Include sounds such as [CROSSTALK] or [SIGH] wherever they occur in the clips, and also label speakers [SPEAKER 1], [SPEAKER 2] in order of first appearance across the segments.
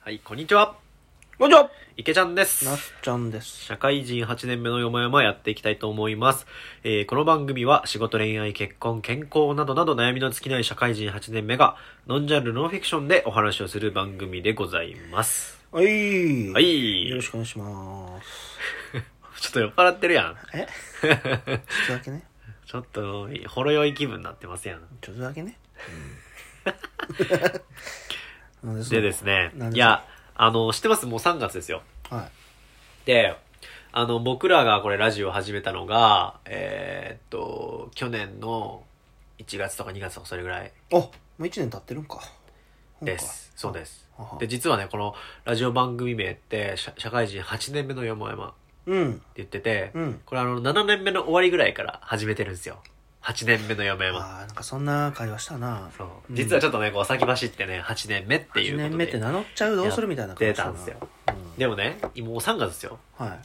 [SPEAKER 1] はい、こんにちは。
[SPEAKER 2] こんにちは
[SPEAKER 1] 池ちゃんです。
[SPEAKER 2] なっちゃんです。
[SPEAKER 1] 社会人8年目のよもやまやっていきたいと思います。えーこの番組は仕事、恋愛、結婚、健康などなど悩みの尽きない社会人8年目がノンジャンルノンフィクションでお話をする番組でございます。
[SPEAKER 2] はい。
[SPEAKER 1] は。い。
[SPEAKER 2] よろし
[SPEAKER 1] ちょ
[SPEAKER 2] くお願いします。
[SPEAKER 1] っと酔っ払ってるやん。 [LAUGHS]
[SPEAKER 2] えちょっとだけね。
[SPEAKER 1] ちょっと、ほろ酔い気分になってますやん。
[SPEAKER 2] ちょっとだけね。うん、なんで
[SPEAKER 1] でですね
[SPEAKER 2] なん、で
[SPEAKER 1] いや、あの、知ってますもう3月ですよ。
[SPEAKER 2] は
[SPEAKER 1] で、あの、僕らがこれラジオを始めたのが、えーっと、去年の1月とか2月とかそれぐらい
[SPEAKER 2] い。おもう一年経ってるんか。本か
[SPEAKER 1] です。そうです
[SPEAKER 2] は。は
[SPEAKER 1] で、実はね、このラジオ番組名って、社社会人8年目のよもやまって
[SPEAKER 2] うん。
[SPEAKER 1] 言ってて、
[SPEAKER 2] うん。
[SPEAKER 1] これあの、7年目の終わりぐらいから始めてるんですよ。8年目のよもやま。
[SPEAKER 2] ああ、なんかそんな会話したな。
[SPEAKER 1] そう。
[SPEAKER 2] うん
[SPEAKER 1] 実はちょっとね、こう先走ってね、8年目っていうこ
[SPEAKER 2] 1
[SPEAKER 1] とで。
[SPEAKER 2] 年目って名乗っちゃうどうするみたいな
[SPEAKER 1] 出
[SPEAKER 2] した
[SPEAKER 1] た
[SPEAKER 2] なん
[SPEAKER 1] ですよ。。
[SPEAKER 2] うん
[SPEAKER 1] でもね、今もう3月ですよ。
[SPEAKER 2] はい。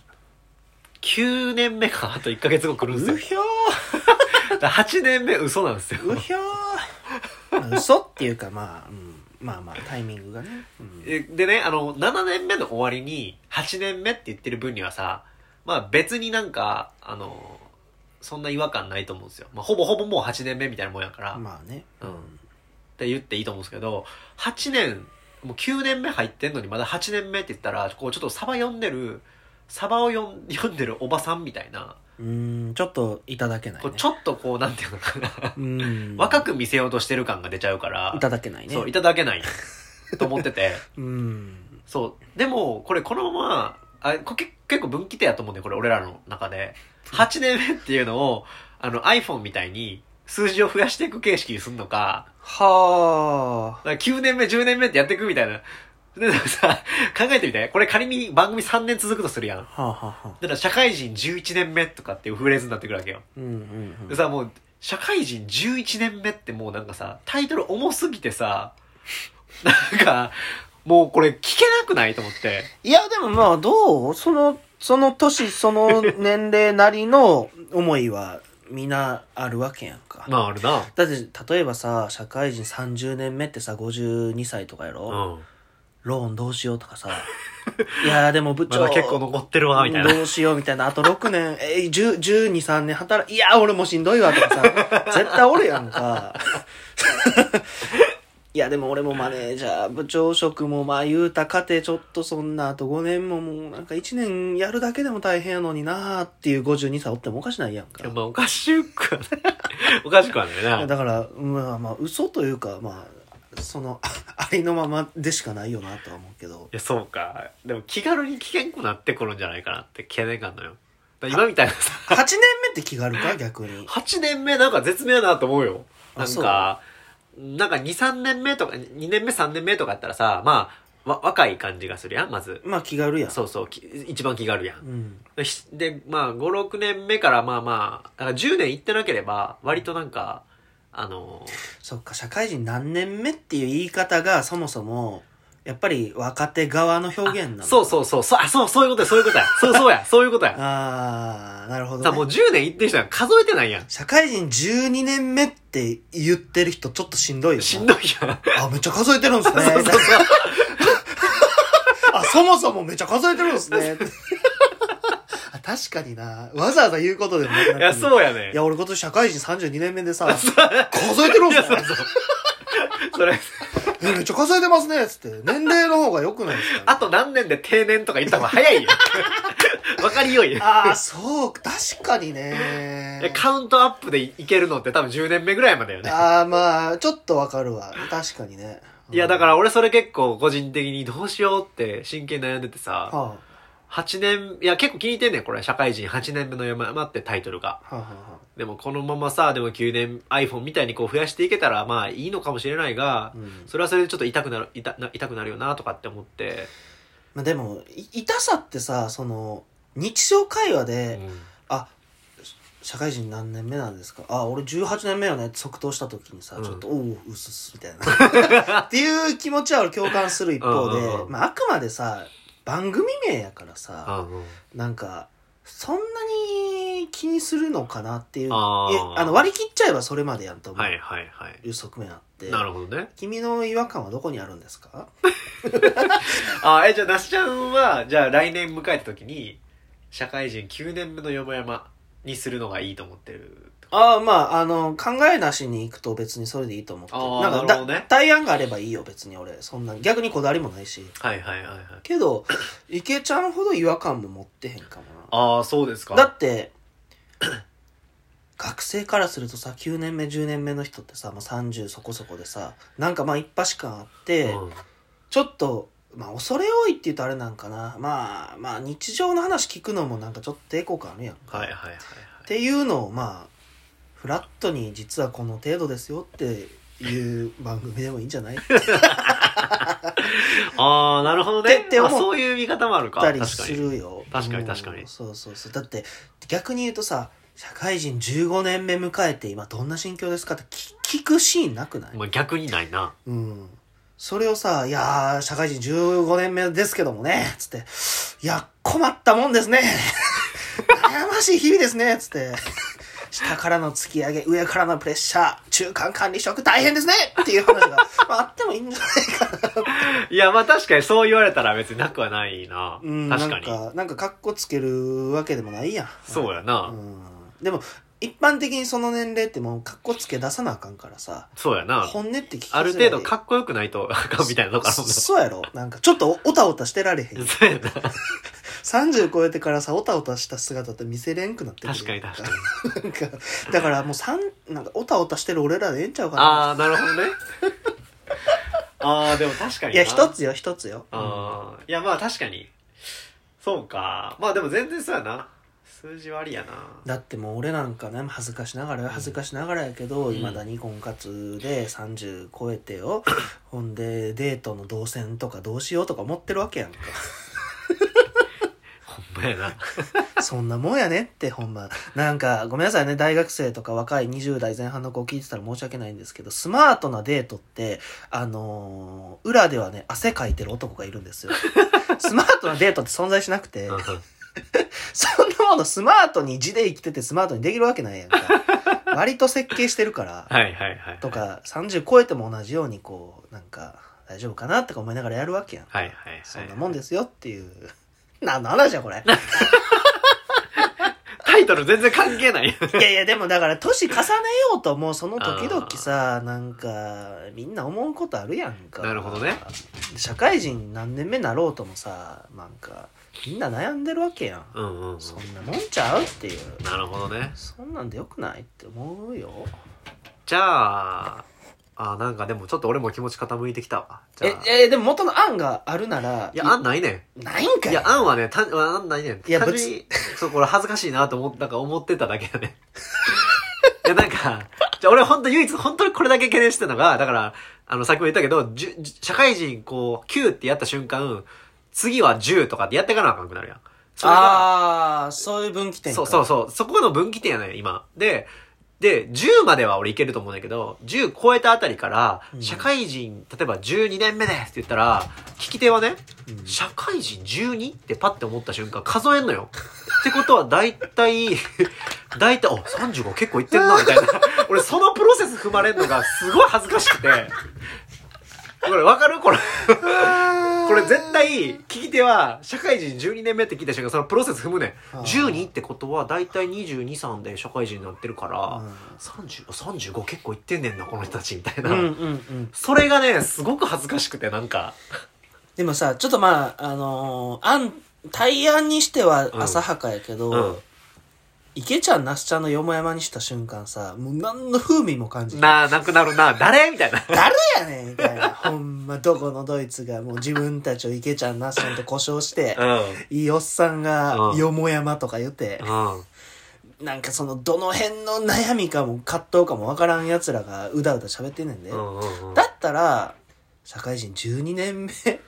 [SPEAKER 1] 9年目か、あと1ヶ月後来るんですよ
[SPEAKER 2] う。ひょ
[SPEAKER 1] だから8年目嘘なんですよ
[SPEAKER 2] ーうひょーまあ嘘っていうか、まあ、うん。まあまあ、タイミングがね。うん
[SPEAKER 1] えでねあの7年目の終わりに8年目って言ってる分にはさまあ別になんかあのそんな違和感ないと思うんですよ、まあ、ほぼほぼもう8年目みたいなもんやから、
[SPEAKER 2] まあね。
[SPEAKER 1] うんって言っていいと思うんですけど8年もう9年目入ってんのにまだ8年目って言ったらこうちょっとサバ読んでるサバを読ん読んでるおばさんみたいな、
[SPEAKER 2] うん、ちょっといただけない、
[SPEAKER 1] こ
[SPEAKER 2] ね
[SPEAKER 1] う。ちょっとこうなんていうのかな
[SPEAKER 2] うん。
[SPEAKER 1] 若く見せようとしてる感が出ちゃうから
[SPEAKER 2] いただけないね。
[SPEAKER 1] そういただけないと思ってて
[SPEAKER 2] うん。
[SPEAKER 1] そう。でも、これこのまま、あこれ結結構分岐点やと思うんで、これ俺らの中で。8年目っていうのを、あの iPhone みたいに数字を増やしていく形式にすんのか、
[SPEAKER 2] はあ。
[SPEAKER 1] だから9年目、10年目ってやっていくみたいな。ででもさ、考えてみて。これ仮に番組3年続くとするやん。だ
[SPEAKER 2] はあはあはあ。
[SPEAKER 1] から社会人11年目とかっていうフレーズになってくるわけよ。
[SPEAKER 2] うんうんう
[SPEAKER 1] で
[SPEAKER 2] ん。
[SPEAKER 1] さ、もう、社会人11年目ってもうなんかさ、タイトル重すぎてさ、なんか、もうこれ聞けなくないと思
[SPEAKER 2] [LAUGHS]
[SPEAKER 1] って。
[SPEAKER 2] いや、でもまあ、どうその、その年、その年齢なりの思いは、みんなあるわけやんか。
[SPEAKER 1] まああるな。
[SPEAKER 2] だって、例えばさ、社会人30年目ってさ、52歳とかやろ、
[SPEAKER 1] うん。
[SPEAKER 2] ローンどうしようと
[SPEAKER 1] [LAUGHS]
[SPEAKER 2] かさ。いや、でも部
[SPEAKER 1] ま
[SPEAKER 2] 長。
[SPEAKER 1] だ結構残ってるわ、みたいな。
[SPEAKER 2] どうしようみたいな。あと6年、 [LAUGHS] えー、10、12、3年働い、いや、俺もうしんどいわとかさ、絶対おるやんか。 [LAUGHS] いや、でも俺もマネージャー、部長職もまあ言うたかて、ちょっとそんな、あと5年ももうなんか1年やるだけでも大変やのになーっていう52歳おってもおかしないやん
[SPEAKER 1] い
[SPEAKER 2] か
[SPEAKER 1] や。まあ、おかしくはない。 [LAUGHS] おかしくはないな。
[SPEAKER 2] だから、まあまあ、嘘というか、まあ、その、 [LAUGHS] ありのままでしかないよなとは思うけど。
[SPEAKER 1] いや、そうか。でも、気軽に危険くなってくるんじゃないかなって懸念感のよ。だから今みたいな
[SPEAKER 2] [LAUGHS]
[SPEAKER 1] さ、
[SPEAKER 2] 8年目って気軽か逆に。
[SPEAKER 1] 8年目なんか絶妙やなと思うよ。
[SPEAKER 2] あ
[SPEAKER 1] なんか、なんか2、3年目とか、2年目、3年目とかやったらさ、まあ、わ若い感じがするやん、まず。
[SPEAKER 2] まあ気軽やん。
[SPEAKER 1] そうそう、き一番気軽やん
[SPEAKER 2] う。ん。
[SPEAKER 1] でひで、まあ、5、6年目からまあまあ、だから10年行ってなければ、割となんか、あの
[SPEAKER 2] そっか、社会人何年目っていう言い方がそもそも、やっぱり若手側の表現なの。。
[SPEAKER 1] そううそうそう、そう、あ、そう、そういうことや、そういう
[SPEAKER 2] [LAUGHS]
[SPEAKER 1] ことや。そう、そうや、そういうことや。
[SPEAKER 2] あー、なるほ
[SPEAKER 1] さ
[SPEAKER 2] ど、
[SPEAKER 1] もう
[SPEAKER 2] ね。
[SPEAKER 1] 10年行ってる人は数えてないやん。
[SPEAKER 2] 社会人12年目って言ってる人ちょっとしんどいよな。
[SPEAKER 1] しんどいやん。
[SPEAKER 2] あ、めっちゃ数えてるん
[SPEAKER 1] [LAUGHS]
[SPEAKER 2] ですね。あ、そもそもめっちゃ数えてるんですね。 [LAUGHS] あ確かにな。わざわざ言うことでもなくな [LAUGHS] って
[SPEAKER 1] い
[SPEAKER 2] る
[SPEAKER 1] や、そうやね。
[SPEAKER 2] いや、俺今年社会人32年目でさ、数えてるん
[SPEAKER 1] い
[SPEAKER 2] す
[SPEAKER 1] や、
[SPEAKER 2] ね
[SPEAKER 1] そうそう。それ、
[SPEAKER 2] えめっちゃ数えてますね。つって。年齢の方が良くないですか
[SPEAKER 1] あと何年で定年とか言った方が早いよ。 [LAUGHS] わかりよいよ。
[SPEAKER 2] ああ、そう、確かにね。
[SPEAKER 1] [LAUGHS] えカウントアップでいけるのって多分10年目ぐらいまでよね。
[SPEAKER 2] ああ、まあ、ちょっとわかるわ。確かにね。、
[SPEAKER 1] いや、だからら俺それ結構個人的にどうしようって真剣に悩んでてさ、
[SPEAKER 2] は
[SPEAKER 1] 8年、いや結構聞いてんねん、これ。社会人8年目の山山ってタイトルが。
[SPEAKER 2] あ、はあ、はあは
[SPEAKER 1] でもこのままさ、でも9年 iPhone みたいにこう増やしていけたら、まあいいのかもしれないが
[SPEAKER 2] あ。う、ん。
[SPEAKER 1] それはそれでちょっと痛くなる、痛な痛くなるよなとかって思って。
[SPEAKER 2] まあでも、い痛さってさ、その、日常会話で、あ、社会人何年目なんですかあ、俺18年目よねって即答した時にさ、
[SPEAKER 1] うん
[SPEAKER 2] ちょっと、おう、うっすっす、みたい
[SPEAKER 1] [LAUGHS]
[SPEAKER 2] な。っていう気持ちは俺共感する一方
[SPEAKER 1] うんうんう
[SPEAKER 2] で、
[SPEAKER 1] ん
[SPEAKER 2] まあ、あくまでさ、番組名やからさ、
[SPEAKER 1] うんうん
[SPEAKER 2] なんか、そんなに気にするのかなっていう
[SPEAKER 1] あー
[SPEAKER 2] いやあの割り切っちゃえばそれまでやんと思う、
[SPEAKER 1] はいはいはい。
[SPEAKER 2] いう側面あって
[SPEAKER 1] なるほどね。
[SPEAKER 2] 君の違和感はどこにあるんですか
[SPEAKER 1] あーえ、じゃあ、なしちゃんは、じゃあ来年迎えた時に、社会人9年目のよもやまにするのがいいと思ってる。
[SPEAKER 2] ああまああの考えなしに行くと別にそれでいいと思って
[SPEAKER 1] あー
[SPEAKER 2] なんか
[SPEAKER 1] なるほどね
[SPEAKER 2] だ対案があればいいよ別に俺そんな逆にこだわりもないし
[SPEAKER 1] はいはいはいはい。
[SPEAKER 2] けど池ちゃんほど違和感も持ってへんかも
[SPEAKER 1] ああ、そうですか。
[SPEAKER 2] なだって [CLEARS THROAT] 学生からするとさ9年目10年目の人ってさ、まあ、30そこそこでさなんかまあ一発感あって、
[SPEAKER 1] うん
[SPEAKER 2] ちょっと、まあ、恐れ多いって言うとあれなんかな。まあ、まあ、日常の話聞くのもなんかちょっと抵抗感あるやんか。
[SPEAKER 1] はいはい
[SPEAKER 2] っ
[SPEAKER 1] はいはい。
[SPEAKER 2] ていうのを、まあ、フラットに実はこの程度ですよっていう番組でもいいんじ
[SPEAKER 1] [LAUGHS]
[SPEAKER 2] ゃない
[SPEAKER 1] ああ、なるほど
[SPEAKER 2] て
[SPEAKER 1] ね
[SPEAKER 2] っ。て思
[SPEAKER 1] あ
[SPEAKER 2] っ
[SPEAKER 1] そういう見方もあるか。
[SPEAKER 2] た
[SPEAKER 1] 確
[SPEAKER 2] り
[SPEAKER 1] か
[SPEAKER 2] す
[SPEAKER 1] に。
[SPEAKER 2] るよ。
[SPEAKER 1] 確かに
[SPEAKER 2] うん
[SPEAKER 1] 確かに
[SPEAKER 2] そうそうそう。だって、逆に言うとさ、社会人15年目迎えて今どんな心境ですかって聞聞くシーンなくない
[SPEAKER 1] まあ、逆にないな。
[SPEAKER 2] うん。それをさ、いやー、社会人15年目ですけどもね、つって、いや、困ったもんですね。悩ましい日々ですね、つって。下からの突き上げ、上からのプレッシャー、中間管理職大変ですねっていう話が、まあ、あってもいいんじゃ
[SPEAKER 1] [LAUGHS]
[SPEAKER 2] ないかな。
[SPEAKER 1] いや、まあ確かにそう言われたら別になくはないな。
[SPEAKER 2] うん、
[SPEAKER 1] 確かに。
[SPEAKER 2] なんか、なんか格好つけるわけでもないやん。
[SPEAKER 1] そう
[SPEAKER 2] や。
[SPEAKER 1] やな。
[SPEAKER 2] うん。でも、一般的にその年齢ってもう格好つけ出さなあかんからさ、
[SPEAKER 1] そうやな。
[SPEAKER 2] 本音って聞きづら
[SPEAKER 1] あ
[SPEAKER 2] い
[SPEAKER 1] る程度かっこよくないとあかんみたいなとこあるもんな。
[SPEAKER 2] そうやろなんか、ちょっとおたおたしてられへん。
[SPEAKER 1] そう [LAUGHS] やな。
[SPEAKER 2] 30超えてからさ、おたおたした姿って見せれんくなって
[SPEAKER 1] 確かに確かに。
[SPEAKER 2] に。なんか、だからもう三なんか、おたおたしてる俺らでええんちゃうかな。
[SPEAKER 1] ああ、なるほどね。 [LAUGHS] ああ、でも確かに
[SPEAKER 2] い
[SPEAKER 1] な。
[SPEAKER 2] や、一つよ、一つよ。
[SPEAKER 1] ああ、いや、まあ確かに。そうか。まあでも全然そうやな。数字はありやな。
[SPEAKER 2] だってもう俺なんかね、恥ずかしながらよ、恥ずかしながらやけど、
[SPEAKER 1] うん
[SPEAKER 2] いまだに婚活で30超えてよ。ほんで、デートの動線とかどうしようとか思ってるわけやんか。
[SPEAKER 1] ほんまやな。
[SPEAKER 2] そんなもんやねって、ほんま。なん
[SPEAKER 1] [LAUGHS]
[SPEAKER 2] か、ごめんなさいね、大学生とか若い20代前半の子を聞いてたら申し訳ないんですけど、スマートなデートって、あのー裏ではね、汗かいてる男がいる
[SPEAKER 1] [LAUGHS]
[SPEAKER 2] んですよ。スマートなデートって存在しなくて、そんなものスマートに字で生きててスマートにできるわけないやんか。割と設計してるから、
[SPEAKER 1] はいはいはい。
[SPEAKER 2] と。か、30超えても同じようにこう、なんか、大丈夫かなとか思いながらやるわけやん。
[SPEAKER 1] はいはいはい。
[SPEAKER 2] そんなもんですよっていう。何の話やこれ。
[SPEAKER 1] タイトル全然関係 [LAUGHS] ない。
[SPEAKER 2] [LAUGHS] いやいや、でもだから、年重ねようと、もうその時々さ、なんか、みんな思うことあるやんか。
[SPEAKER 1] なるほどね。
[SPEAKER 2] 社会人何年目になろうともさ、なんか、みんな悩んでるわけやん。
[SPEAKER 1] うんうんうん。
[SPEAKER 2] そんなもんちゃうっていう。
[SPEAKER 1] なるほどね。
[SPEAKER 2] そんなんでよくないって思うよ。
[SPEAKER 1] じゃあ、あーなんかでもちょっと俺も気持ち傾いてきたわ。じゃあ。
[SPEAKER 2] え、え、でも元の案があるなら、
[SPEAKER 1] いや、案ないね
[SPEAKER 2] ないん
[SPEAKER 1] ん。
[SPEAKER 2] か
[SPEAKER 1] い
[SPEAKER 2] い
[SPEAKER 1] や、案はね、た、案ないねん。
[SPEAKER 2] いや
[SPEAKER 1] 単純に、そう、これ恥ずかしいなと思っなんか思ってただけだね。 [LAUGHS] いや、なんか、じゃあ俺本当唯一、本当にこれだけ懸念してたのが、だから、あの、さっきも言ったけど、じゅじゅ社会人、こう、9ってやった瞬間、次は10とかってやっていかなあかんくなるやん。それが
[SPEAKER 2] ああ、そういう分岐点か。
[SPEAKER 1] そうそうそう。そこの分岐点やねん、今。で、で、10までは俺いけると思うんだけど、10超えたあたりから
[SPEAKER 2] う、ん
[SPEAKER 1] 社会人、例えば12年目ですって言ったら、聞き手はね、
[SPEAKER 2] うん
[SPEAKER 1] 社会人 12? ってパッて思った瞬間数えんのよ。ってことは大体、 [LAUGHS] 大体、あ、35結構いってんな、みたいな。俺そのプロセス踏まれるのがすごい恥ずかしくて。これわかるこれ。これ絶対、聞き手は、社会人12年目って聞いた瞬間、そのプロセス踏むねん。
[SPEAKER 2] あー
[SPEAKER 1] 12ってことは、だいたい22、3で社会人になってるから、
[SPEAKER 2] うん
[SPEAKER 1] 30、35結構いってんねんな、この人たち、みたいな。
[SPEAKER 2] うんうんうん。
[SPEAKER 1] それがね、すごく恥ずかしくて、なんか。
[SPEAKER 2] でもさ、ちょっとまあ、あのー、案、対案にしては
[SPEAKER 1] うん
[SPEAKER 2] 浅はかやけど、
[SPEAKER 1] うん
[SPEAKER 2] 池ちゃん、那須ちゃんのよもやまにした瞬間さ、もう何の風味も感じない。
[SPEAKER 1] なあ、なくなるな、誰みたい
[SPEAKER 2] [LAUGHS]
[SPEAKER 1] な。
[SPEAKER 2] 誰やねんみたいな。 [LAUGHS] ほんま、どこのドイツがもう自分たちを池ちゃん、那須ちゃんと故障して、
[SPEAKER 1] う
[SPEAKER 2] いいおっさんが
[SPEAKER 1] う、ん
[SPEAKER 2] よもやまとか言って、
[SPEAKER 1] ん。うん。
[SPEAKER 2] なんかその、どの辺の悩みかも、葛藤かもわからん奴らが、うだうだ喋ってんねんで。
[SPEAKER 1] うんうんうん
[SPEAKER 2] だったら、社会人12年目、 [LAUGHS]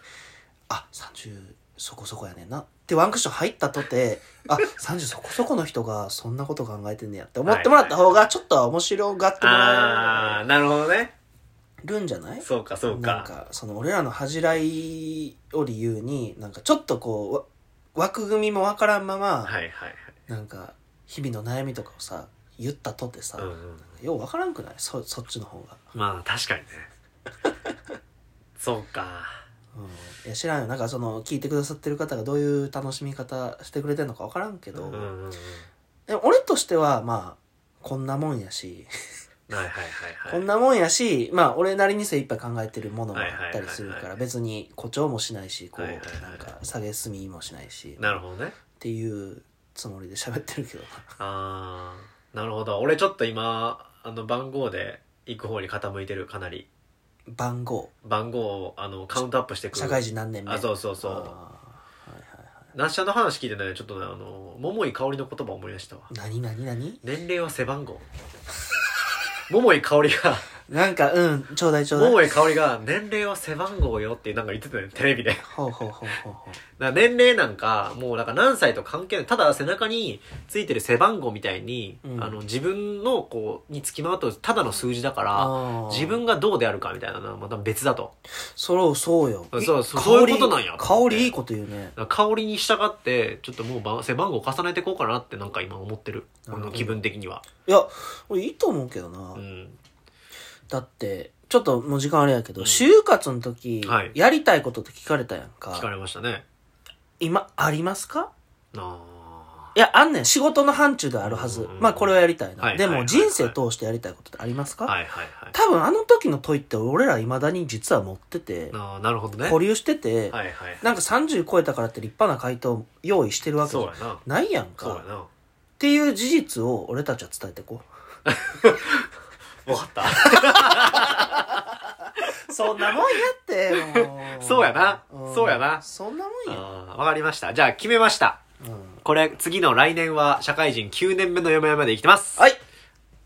[SPEAKER 2] あ、30そこそこやねんな。ってワンクッション入ったとて、あ、30そこそこの人がそんなこと考えてんねやって思ってもらった方が、ちょっとは面白がっても
[SPEAKER 1] あ
[SPEAKER 2] ら
[SPEAKER 1] ー、なるほどね。
[SPEAKER 2] えるんじゃない
[SPEAKER 1] そうか、そう
[SPEAKER 2] な
[SPEAKER 1] か。
[SPEAKER 2] んか、その俺らの恥じらいを理由に、なんかちょっとこう、わ枠組みもわからんまま、
[SPEAKER 1] はいはいはい。
[SPEAKER 2] なんか日々の悩みとかをさ言ったとてさ、
[SPEAKER 1] うんうん
[SPEAKER 2] ようわからんくないそそっちの方が、
[SPEAKER 1] まあ確かに
[SPEAKER 2] [LAUGHS]
[SPEAKER 1] ねそうか
[SPEAKER 2] うん、いや知らんよなんかその聞いてくださってる方がどういう楽しみ方してくれてるのかわからんけど、
[SPEAKER 1] うんうんうんはい
[SPEAKER 2] でも俺としてはまあこんなもんやし、
[SPEAKER 1] はいはいはい
[SPEAKER 2] こんなもんやしまあ俺なりに精一杯考えてるものもあったりする
[SPEAKER 1] はいはいは
[SPEAKER 2] か
[SPEAKER 1] い
[SPEAKER 2] ら
[SPEAKER 1] はい
[SPEAKER 2] 別に誇張もしないしこう、
[SPEAKER 1] はいはいはい
[SPEAKER 2] なんか下げすみもしないし
[SPEAKER 1] なるほどね
[SPEAKER 2] っていうつもりで喋ってるけど
[SPEAKER 1] ああなるほど俺ちょっと今あの番号で行く方に傾いてるかなり
[SPEAKER 2] [LAUGHS] 番号
[SPEAKER 1] 番号をあのカウントアップしてくる
[SPEAKER 2] 社会人何年目
[SPEAKER 1] あそうそうそう
[SPEAKER 2] あーはいはいはい
[SPEAKER 1] なっしゃの話聞いてねちょっとねあの桃井かおりの言葉を思い出したわ
[SPEAKER 2] 何何何
[SPEAKER 1] 年齢は背番号桃井かおりが
[SPEAKER 2] なんかうんちょうだいちょうだい
[SPEAKER 1] 桃井かおりが年齢は背番号よってなんか言ってたよねテレビで
[SPEAKER 2] ほうほうほうほうほ
[SPEAKER 1] だから年齢なんかもうなんか何歳と関係ないただ背中についてる背番号みたいに、
[SPEAKER 2] うん
[SPEAKER 1] あの自分のこうにつきまとうただの数字だから
[SPEAKER 2] う
[SPEAKER 1] 自分がどうであるかみたいなのはまた別だと
[SPEAKER 2] そろそうよ
[SPEAKER 1] そう
[SPEAKER 2] え
[SPEAKER 1] そう
[SPEAKER 2] 香り
[SPEAKER 1] そういうことなんや
[SPEAKER 2] 香りいいこと言うね
[SPEAKER 1] だから香りに従ってちょっともうば背番号を重ねていこうかなってなんか今思ってるこ
[SPEAKER 2] なるほど
[SPEAKER 1] の気分的にはい
[SPEAKER 2] や俺いいと思うけどな、
[SPEAKER 1] うん
[SPEAKER 2] だってちょっともう時間あれやけど、
[SPEAKER 1] うん
[SPEAKER 2] 就活の時、
[SPEAKER 1] はい
[SPEAKER 2] やりたいことって聞かれたやん
[SPEAKER 1] 聞か
[SPEAKER 2] か
[SPEAKER 1] れましたね
[SPEAKER 2] 今ありますか
[SPEAKER 1] あ
[SPEAKER 2] いやあんねん仕事の範疇ではあるはず、
[SPEAKER 1] うん
[SPEAKER 2] まあこれはやりたいな、
[SPEAKER 1] はい
[SPEAKER 2] で
[SPEAKER 1] はいは
[SPEAKER 2] も
[SPEAKER 1] い
[SPEAKER 2] 人生通してやりたいことってあります
[SPEAKER 1] ー
[SPEAKER 2] か、
[SPEAKER 1] はいはいはい
[SPEAKER 2] 多分あの時の問いって俺ら未だに実は持ってて、
[SPEAKER 1] あーなるほどね
[SPEAKER 2] 保留してて、
[SPEAKER 1] はいはい
[SPEAKER 2] なんか30超えたからって立派な回答を用意してるわけじ
[SPEAKER 1] そう
[SPEAKER 2] ゃ
[SPEAKER 1] やな
[SPEAKER 2] ないやんか。
[SPEAKER 1] そうやな
[SPEAKER 2] っていう事実を俺たちは伝えていこ
[SPEAKER 1] 分かった
[SPEAKER 2] う。そんなもんや
[SPEAKER 1] [LAUGHS]
[SPEAKER 2] って、も
[SPEAKER 1] そうやなそうやな
[SPEAKER 2] そんなもんや。
[SPEAKER 1] あーわかりましたじゃあ決めました
[SPEAKER 2] うん
[SPEAKER 1] これ、次の来年は社会人9年目の嫁まで生きてます。
[SPEAKER 2] はい。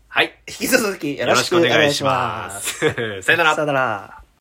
[SPEAKER 1] はい。
[SPEAKER 2] 引き続きよ
[SPEAKER 1] よ
[SPEAKER 2] ろ
[SPEAKER 1] ろ
[SPEAKER 2] し
[SPEAKER 1] し
[SPEAKER 2] く
[SPEAKER 1] く
[SPEAKER 2] お
[SPEAKER 1] お
[SPEAKER 2] 願
[SPEAKER 1] 願
[SPEAKER 2] い
[SPEAKER 1] い
[SPEAKER 2] し
[SPEAKER 1] し
[SPEAKER 2] ま。
[SPEAKER 1] ます
[SPEAKER 2] [LAUGHS]
[SPEAKER 1] す。さよなら
[SPEAKER 2] さ。よなら。